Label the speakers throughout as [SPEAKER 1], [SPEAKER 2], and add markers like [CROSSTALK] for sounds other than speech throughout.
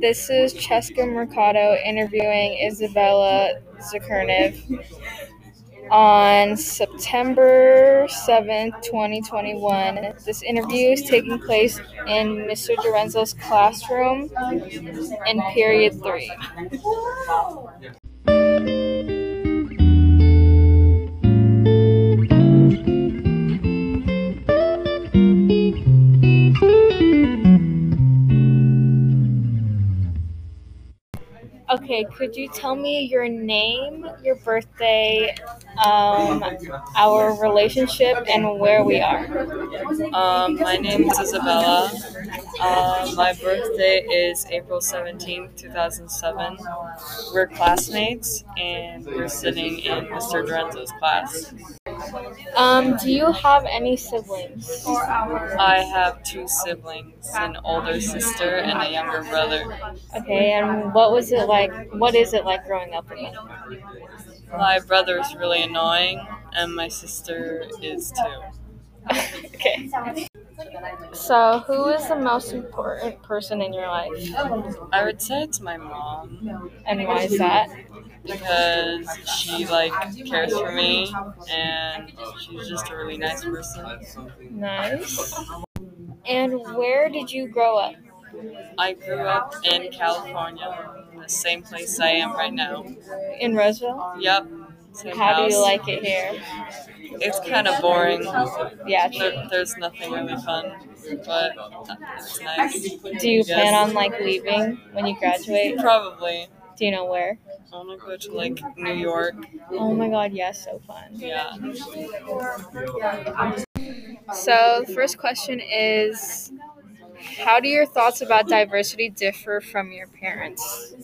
[SPEAKER 1] This is Cheska Mercado interviewing Isabella Zakernev on September seventh, 2021. This interview is taking place in Mr. Dorenzo's classroom in period three. Okay, could you tell me your name, your birthday, um, our relationship, and where we are?
[SPEAKER 2] Um, my name is Isabella. Uh, my birthday is April seventeenth, two 2007. We're classmates and we're sitting in Mr. Dorenzo's class.
[SPEAKER 1] Um, do you have any siblings?
[SPEAKER 2] I have two siblings an older sister and a younger brother.
[SPEAKER 1] Okay, and what was it like? What is it like growing up in them?
[SPEAKER 2] My brother is really annoying, and my sister is too.
[SPEAKER 1] [LAUGHS] okay. So, who is the most important person in your life,
[SPEAKER 2] I would say it's my mom
[SPEAKER 1] and why is that?
[SPEAKER 2] because she like cares for me and
[SPEAKER 1] Oh,
[SPEAKER 2] she's just a really nice person.
[SPEAKER 1] Nice. And where did you grow up?
[SPEAKER 2] I grew up in California, the same place I am right now.
[SPEAKER 1] In Roseville.
[SPEAKER 2] Yep. Same
[SPEAKER 1] How
[SPEAKER 2] house.
[SPEAKER 1] do you like it here?
[SPEAKER 2] It's kind of boring.
[SPEAKER 1] Yeah. true.
[SPEAKER 2] There, there's nothing really fun, but it's nice.
[SPEAKER 1] Do you
[SPEAKER 2] Yes.
[SPEAKER 1] plan on like leaving when you graduate?
[SPEAKER 2] Probably.
[SPEAKER 1] Do you know where?
[SPEAKER 2] I want to go to like New York.
[SPEAKER 1] Oh my god, yes, so fun.
[SPEAKER 2] Yeah.
[SPEAKER 1] So, the first question is How do your thoughts about diversity differ from your parents?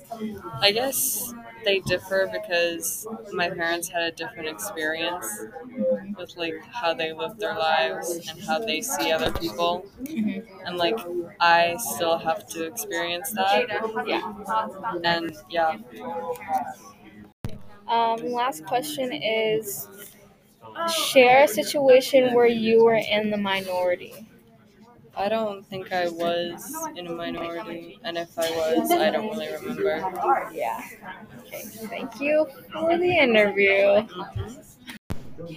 [SPEAKER 2] I guess they differ because my parents had a different experience with like how they live their lives and how they see other people.
[SPEAKER 1] Mhm.
[SPEAKER 2] And like I still have to experience that.
[SPEAKER 1] Yeah.
[SPEAKER 2] And yeah,
[SPEAKER 1] Um, last question is Share a situation where you were in the minority.
[SPEAKER 2] I don't think I was in a minority. And if I was, I don't really remember.
[SPEAKER 1] Yeah. Okay, thank you for the interview.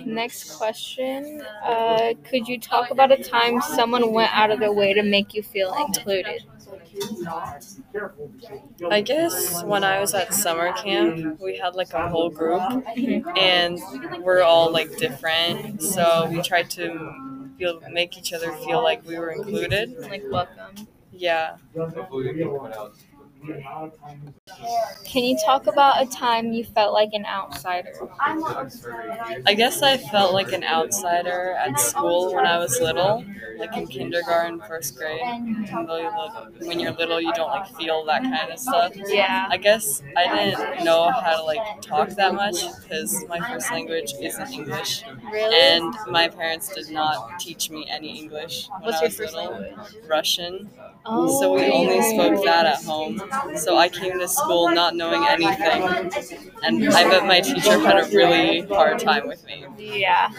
[SPEAKER 1] Next question uh, Could you talk about a time someone went out of their way to make you feel included?
[SPEAKER 2] I guess when I was at summer camp, we had like a whole group
[SPEAKER 1] Mm-hmm.
[SPEAKER 2] and we're all like different. So we tried to feel make each other feel like we were included.
[SPEAKER 1] Like, welcome.
[SPEAKER 2] Yeah.
[SPEAKER 1] Can you talk about a time you felt like an outsider?
[SPEAKER 2] I guess I felt like an outsider at school when I was little, like in kindergarten, first grade. And though you look- When you're little, you don't like feel that kind of stuff.
[SPEAKER 1] Yeah.
[SPEAKER 2] I guess I didn't know how to like talk that much because my first language isn't English,
[SPEAKER 1] Really?
[SPEAKER 2] and my parents did not teach me any English when
[SPEAKER 1] What's
[SPEAKER 2] I
[SPEAKER 1] your
[SPEAKER 2] was
[SPEAKER 1] first
[SPEAKER 2] little.
[SPEAKER 1] language?
[SPEAKER 2] Russian,
[SPEAKER 1] Oh,
[SPEAKER 2] so we only spoke that at home. So I came to school not knowing anything, and I bet my teacher had a really hard time with me.
[SPEAKER 1] Yeah.